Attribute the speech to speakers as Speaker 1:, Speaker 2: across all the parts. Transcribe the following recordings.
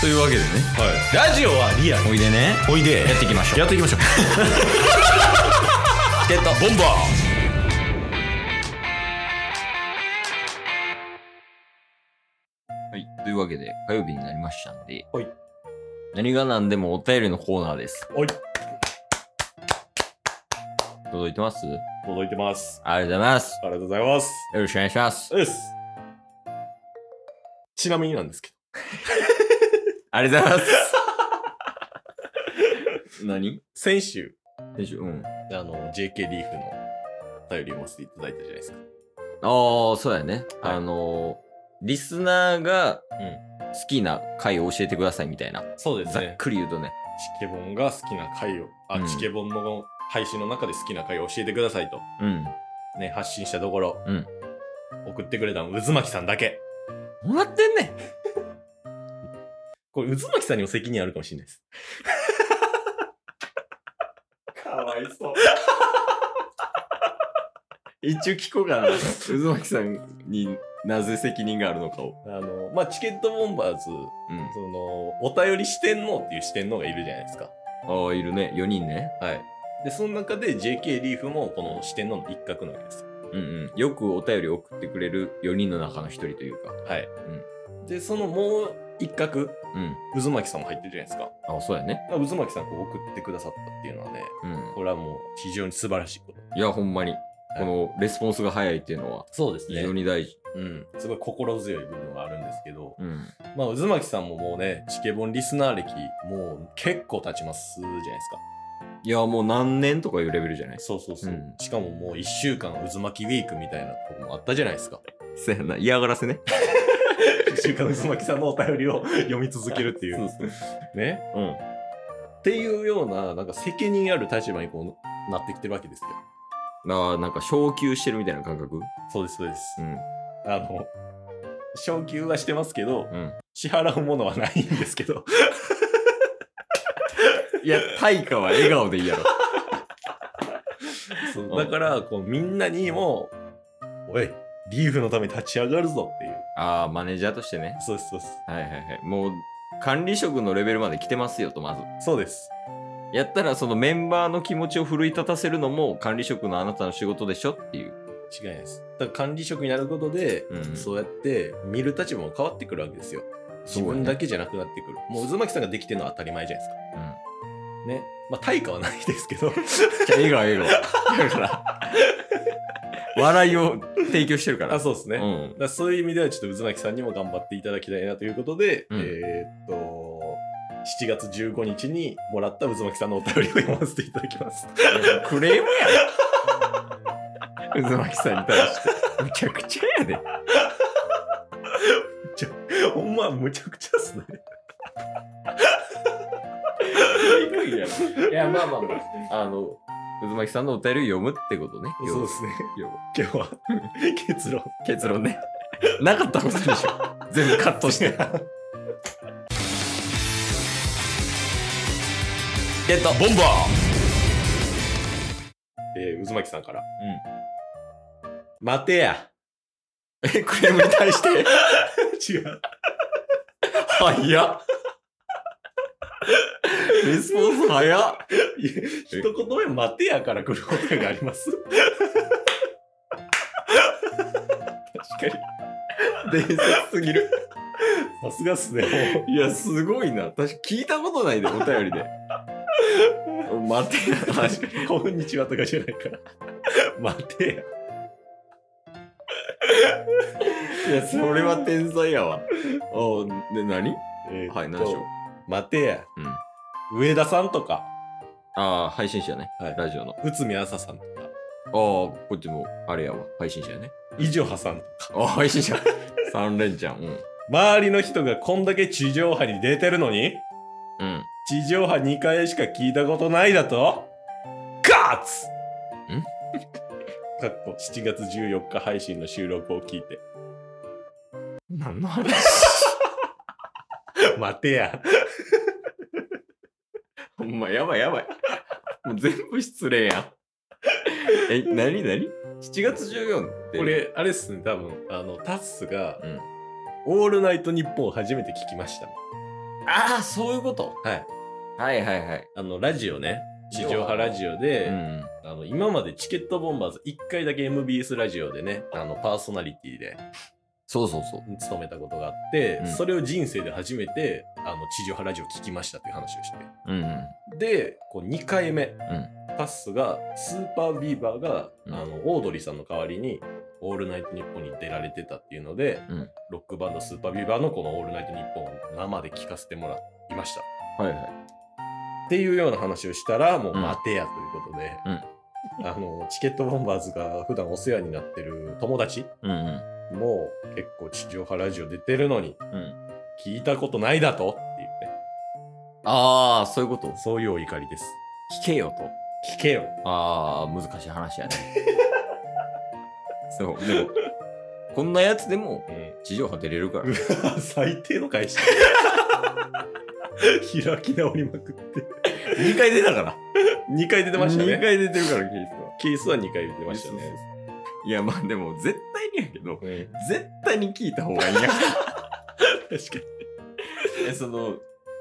Speaker 1: というわけでね
Speaker 2: ラジオはリアル
Speaker 1: おいでね
Speaker 2: おいで
Speaker 1: やっていきましょう
Speaker 2: やってい きましょう
Speaker 1: チケットボンバーはいというわけで火曜日になりましたんで
Speaker 2: はい
Speaker 1: 何が何でもお便りのコーナーです
Speaker 2: おい
Speaker 1: 届いてます
Speaker 2: 届いてます
Speaker 1: ありがとうございます
Speaker 2: ありがとうございます
Speaker 1: よろしくお願いします
Speaker 2: ですちなみになんですけ
Speaker 1: ありがとうございます何
Speaker 2: ど先週
Speaker 1: でしょうん
Speaker 2: あの JK リーフのお便りを読ませていただいたじゃないですか
Speaker 1: ああ、そうやね。
Speaker 2: はい
Speaker 1: あのー、リスナーが
Speaker 2: うん
Speaker 1: 好きな回を教えてくださいみたいな。
Speaker 2: そうで
Speaker 1: ざっくり言うとね。
Speaker 2: チケボンが好きな回をあ、
Speaker 1: うん
Speaker 2: チケボンの配信の中で好きな回を教えてくださいと
Speaker 1: うん。
Speaker 2: ね発信したところ、
Speaker 1: うん
Speaker 2: 送ってくれたの渦巻さんだけ
Speaker 1: もらってんね
Speaker 2: これ渦巻さんにも責任あるかもしれないですかわいそうん
Speaker 1: 一応聞こうかな。渦巻さんになぜ責任があるのかを。
Speaker 2: あの、まあ、チケットボンバーズ、そ
Speaker 1: うん。
Speaker 2: の、お便り四天王っていう四天王がいるじゃないですか。
Speaker 1: ああ、いるね。4人ね。
Speaker 2: はい。で、その中で JK リーフもこの四天王の一角なわけですよ。
Speaker 1: うんうん。よくお便り送ってくれる4人の中の1人というか。
Speaker 2: はい。で、そのもう一角、
Speaker 1: うん。
Speaker 2: 渦巻さんも入ってるじゃないですか。
Speaker 1: ああ、そうやね。
Speaker 2: だから渦巻さんこう送ってくださったっていうのはね、
Speaker 1: うん。
Speaker 2: これはもう非常に素晴らしいこと。
Speaker 1: いや、ほんまに。このレスポンスが早いっていうのは
Speaker 2: そうです
Speaker 1: 非常。に大事。
Speaker 2: うん。すごい心強い部分があるんですけど、
Speaker 1: うん。
Speaker 2: まあ、渦巻さんももうね、チケボンリスナー歴、もう結構経ちますじゃないですか。
Speaker 1: いや、もう何年とかいうレベルじゃない
Speaker 2: そうそうそう。
Speaker 1: うん
Speaker 2: しかももう1週間渦巻きウィークみたいなとこもあったじゃないですか。
Speaker 1: そうやな。嫌がらせ ね。
Speaker 2: 1週間渦巻きさんのお便りを 読み続けるっていう。
Speaker 1: そうそう
Speaker 2: ね。
Speaker 1: うん。
Speaker 2: っていうような、なんか責任ある立場にこうなってきてるわけですよ。
Speaker 1: ああ、なんか昇級してるみたいな感覚
Speaker 2: そうです、そうです。
Speaker 1: ん。
Speaker 2: あの、昇給はしてますけど、
Speaker 1: うん。
Speaker 2: 支払うものはないんですけど。
Speaker 1: いや、対価は笑顔でいいやろ。
Speaker 2: そう
Speaker 1: うん
Speaker 2: だから、こう、みんなにも、おい、リーフのために立ち上がるぞっていう。
Speaker 1: ああ、マネージャーとしてね。
Speaker 2: そうです、そうです。
Speaker 1: はいはいはい。もう、管理職のレベルまで来てますよと、まず。
Speaker 2: そうです。
Speaker 1: やったら、そのメンバーの気持ちを奮い立たせるのも、管理職のあなたの仕事でしょっていう。
Speaker 2: 違いないです。だから管理職になることで、
Speaker 1: うん
Speaker 2: そうやって見る立場も変わってくるわけですよ。
Speaker 1: そう
Speaker 2: 自
Speaker 1: やね
Speaker 2: 分だけじゃなくなってくる。もう渦巻さんができてるのは当たり前じゃないです
Speaker 1: うん。
Speaker 2: か。ね。まあ、対価はないですけ ど。
Speaker 1: じゃあ、笑顔、笑顔。だから、笑いを提供してるから。
Speaker 2: あ、そうですね。
Speaker 1: う
Speaker 2: だか
Speaker 1: ん。
Speaker 2: らそういう意味では、ちょっと渦巻さんにも頑張っていただきたいなということで、
Speaker 1: うん
Speaker 2: えーっと、7月15日にもらった渦巻さんのお便りを読ませていただきます。
Speaker 1: クレーム やん。渦巻さんに対して。むちゃくちゃやで。
Speaker 2: ほんま、むちゃくちゃ っすね。
Speaker 1: いや、まあまあまあ。あの、渦巻さんのお便りを読むってことね。
Speaker 2: そうですね。
Speaker 1: 要は
Speaker 2: 今日は 結論。
Speaker 1: 結論ね。なかったことでしょ。全部カット して。ゲットボンバ
Speaker 2: で、渦巻さんから。待て や。
Speaker 1: ーえ、クレームに対 して。
Speaker 2: 違う。
Speaker 1: 早っ。レスポンス早っ。
Speaker 2: いや一言目「待てや」から来ることがあります
Speaker 1: 確かに。伝説すぎる。
Speaker 2: さすがっすね
Speaker 1: いや、すごいな。私聞いたことないで、お便りで。待てよ。
Speaker 2: 確かに「こんにちは」とかじゃないから「待てや
Speaker 1: いや、それは天才やわ。おうで、何」
Speaker 2: えーっと
Speaker 1: はい、何でしょう。
Speaker 2: 待てや
Speaker 1: うん。」
Speaker 2: 上田さんとか
Speaker 1: ああ、配信者ね。
Speaker 2: はい
Speaker 1: ラジオの。あ
Speaker 2: 内海朝さんとか
Speaker 1: あ、こっちも、あれやわ。配信者やね。
Speaker 2: 伊女葉さんとか
Speaker 1: ああ、配信 者。三連ちゃん。うん。
Speaker 2: 周りの人がこんだけ地上波に出てるのに
Speaker 1: うん。
Speaker 2: 地上波2回しか聞いたことないだとガッツ
Speaker 1: ん
Speaker 2: かっこ7月14日配信の収録を聞いて
Speaker 1: 何の話
Speaker 2: 「待てや」
Speaker 1: ほんま、やばいやばい。もう全部失礼やん。え、なになに ?7 月14って。
Speaker 2: こ。れあれっすね多分あのタッスが、
Speaker 1: うん
Speaker 2: オールナイトニッポン」初めて聞きました
Speaker 1: ああ、そういうこと。
Speaker 2: はい。
Speaker 1: はいはいはい。
Speaker 2: あの、ラジオね。地上波ラジオで、
Speaker 1: うん。
Speaker 2: あの、今までチケットボンバーズ1回だけ MBS ラジオでね、あの、パーソナリティで
Speaker 1: そうそうそう。
Speaker 2: 勤めたことがあって、
Speaker 1: うん
Speaker 2: それを人生で初めて、あの、地上波ラジオ聞きましたっていう話をして。
Speaker 1: うんうん。
Speaker 2: で、こう2回目、
Speaker 1: ん
Speaker 2: パスが、スーパービーバーが、
Speaker 1: うん
Speaker 2: あの、オードリーさんの代わりに、オールナイトニッポンに出られてたっていうので、
Speaker 1: うん
Speaker 2: ロックバンドスーパービーバーのこのオールナイトニッポンを生で聞かせてもらいました。
Speaker 1: はいはい。
Speaker 2: っていうような話をしたら、もう
Speaker 1: うん
Speaker 2: 待てやということで、あの、チケットボンバーズが普段お世話になってる友達
Speaker 1: うん
Speaker 2: も結構地上波ラジオ出てるのに、
Speaker 1: うん。うん。
Speaker 2: 聞いたことないだとって言って、
Speaker 1: ああ、そういうこと。
Speaker 2: そういうお怒りです。
Speaker 1: 聞けよと。
Speaker 2: 聞けよ。
Speaker 1: ああ、難しい話 やね。そう、でも、こんなやつでも地上波出れるから。
Speaker 2: 最低の返し。開き直りまくって。
Speaker 1: 2回出たから。
Speaker 2: 2回出てました
Speaker 1: 2
Speaker 2: ね。
Speaker 1: 回出てるから、ケースは。
Speaker 2: ケースは2回出てました
Speaker 1: そうそう
Speaker 2: ね。
Speaker 1: そういや、まあでも、絶対にやけど、
Speaker 2: うん
Speaker 1: 絶対に聞いた方がいいや。
Speaker 2: 確かに。
Speaker 1: えその、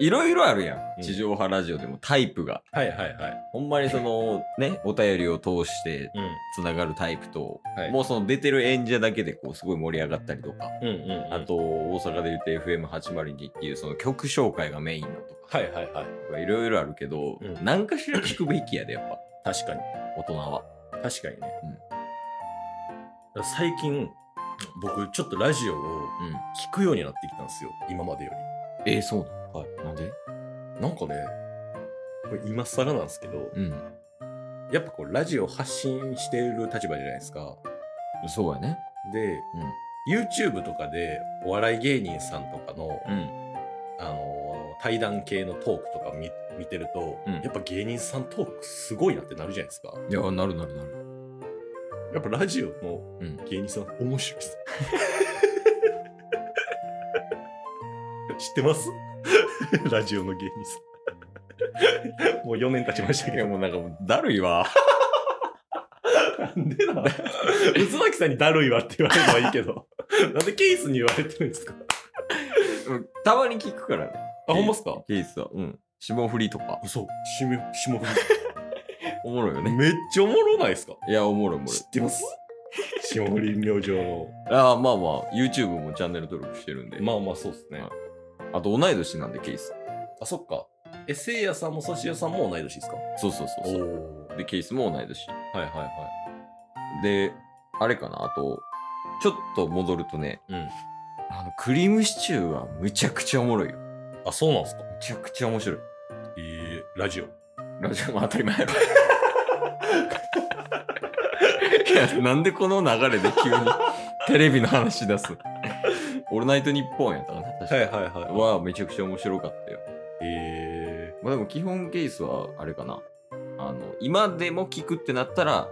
Speaker 1: いろいろあるや
Speaker 2: うん
Speaker 1: ん。地上波ラジオでもタイプが。
Speaker 2: はいはいはい。
Speaker 1: ほんまにその、ね、お便りを通して
Speaker 2: うん。
Speaker 1: つながるタイプと、
Speaker 2: はい
Speaker 1: もうその出てる演者だけでこう、すごい盛り上がったりとか、
Speaker 2: うんうんうん
Speaker 1: あと、大阪で言って FM802 っていうその曲紹介がメインのとか。
Speaker 2: はいはいはい。
Speaker 1: いろいろあるけど、
Speaker 2: うん
Speaker 1: 何かしら聞くべきやで、やっぱ、
Speaker 2: 確かに。
Speaker 1: 大人は。
Speaker 2: 確かにね。だから最近、僕、ちょっとラジオを
Speaker 1: うん。
Speaker 2: 聞くようになってきたんですよ。今までよ
Speaker 1: えー、そうなのはい。なんで
Speaker 2: り。なんかね、これ今更なんですけど、
Speaker 1: うん。
Speaker 2: やっぱこう、ラジオ発信している立場じゃないですか。
Speaker 1: そうやね。
Speaker 2: で、YouTube とかでお笑い芸人さんとか
Speaker 1: う
Speaker 2: の、
Speaker 1: ん。
Speaker 2: あのー対談系のトークとか見見てると、
Speaker 1: うん
Speaker 2: やっぱ芸人さんトークすごいなってなるじゃないですか。
Speaker 1: いや、なるなるなる。
Speaker 2: やっぱラジオ
Speaker 1: う
Speaker 2: の
Speaker 1: ん
Speaker 2: 芸人さん面白いです。 知ってます ラジオの芸人さん。もう4年経 ちました
Speaker 1: い
Speaker 2: け
Speaker 1: や、
Speaker 2: ど。
Speaker 1: もうなんかもう、だるい わ。
Speaker 2: なんでな 渦巻さんにだるいわって言われればいいけ ど。なんでケースに言われてるんですか
Speaker 1: たまに聞くからね。
Speaker 2: あ、ほんまっすか
Speaker 1: ケースは。うん。霜降りと か。
Speaker 2: 嘘。しめ、しも
Speaker 1: おもろいよ ね。
Speaker 2: めっちゃおもろないですか
Speaker 1: いや、おもろいおもろい
Speaker 2: 知。ってます 霜降り明星の。
Speaker 1: ああ、まあまあ、YouTube もチャンネル登録してるんで。
Speaker 2: まあまあそうですね
Speaker 1: ね。あと、同い年なんで、ケース。
Speaker 2: あ、そっか。え、せいやさんもさしやさんも同い年ですか
Speaker 1: そうそうそうそう。
Speaker 2: お。
Speaker 1: で、ケースも同い年。
Speaker 2: はいはいは
Speaker 1: で、あれかな、あと、ちょっと戻るとね、
Speaker 2: い。うん。
Speaker 1: あの、クリームシチューはむちゃくちゃおもろいよ。
Speaker 2: あ、そうなんですか
Speaker 1: めちゃくちゃ面白い。
Speaker 2: えー、ラジオ。
Speaker 1: ラジオも当たり前やろ。 いやなんでこの流れで急にテレビの話出 すのオールナイトニッポンやったかな確か
Speaker 2: はいはいは
Speaker 1: はめちゃくちゃ面白かったよ。
Speaker 2: い。え
Speaker 1: まあでも基本ケースはあれかな。あの、今でも聞くってなったら、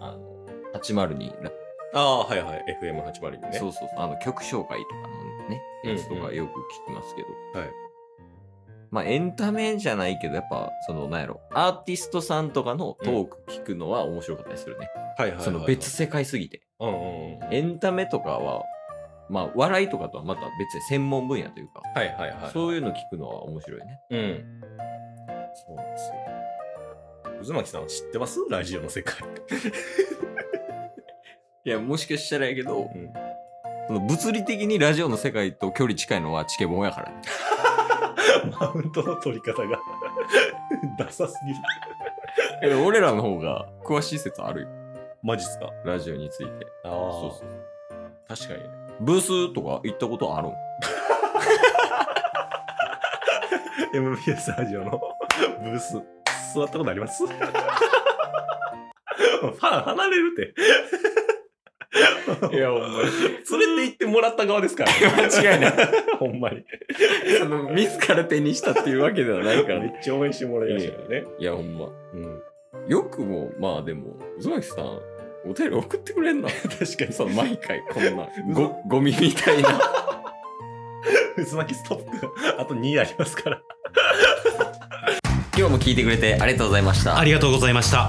Speaker 1: あの、802、ね、
Speaker 2: ー、ああー、はいはい。FM802 ね。
Speaker 1: そうそうそう、あの曲紹介とかのね、やつと
Speaker 2: うんう
Speaker 1: か
Speaker 2: ん
Speaker 1: よく聞きますけど。
Speaker 2: はい
Speaker 1: まあエンタメじゃないけど、やっぱ、その、なんやろ、アーティストさんとかのトーク聞くのは面白かったりするね。
Speaker 2: はいはいはいはい。
Speaker 1: その別。世界すぎて。
Speaker 2: うんうんうん。
Speaker 1: エンタメとかは、まあ、笑いとかとはまた別に専門分野というか、
Speaker 2: はいはいはい。
Speaker 1: そういうの聞くのは面白いね。
Speaker 2: うん。そうなんですよ。渦巻さんは知ってますラジオの世界。
Speaker 1: いや、もしかしたらやけど、
Speaker 2: うん
Speaker 1: その物理的にラジオの世界と距離近いのはチケボンやから、ね。
Speaker 2: マウントの取り方が ダサすぎる。
Speaker 1: いや俺らの方が詳しい説あるよ。
Speaker 2: マジっすか
Speaker 1: ラジオについて。
Speaker 2: ああ
Speaker 1: そうそうそう
Speaker 2: 確かにね。
Speaker 1: ブースとか行ったことあるん
Speaker 2: MBS ラジオの ブース、座ったことあります ファン離れるって。
Speaker 1: いや、ほんまに。
Speaker 2: 連れて行ってもらった側ですから、
Speaker 1: 間違いない。
Speaker 2: ほんまに。
Speaker 1: その、自ら手にしたっていうわけではないから
Speaker 2: め
Speaker 1: ね。
Speaker 2: っちゃ応援してもらいましたよね。
Speaker 1: いや、ほんま。
Speaker 2: うん。
Speaker 1: よくも、まあでも、渦巻さん、お便り送ってくれんな。
Speaker 2: 確かに
Speaker 1: そ、
Speaker 2: そうう。
Speaker 1: 毎回、こ んな、ご、ゴミみたいな。
Speaker 2: 渦巻きストップ、あと2ありますから。
Speaker 1: 今日も聞いてくれてありがとうございました。
Speaker 3: ありがとうございました。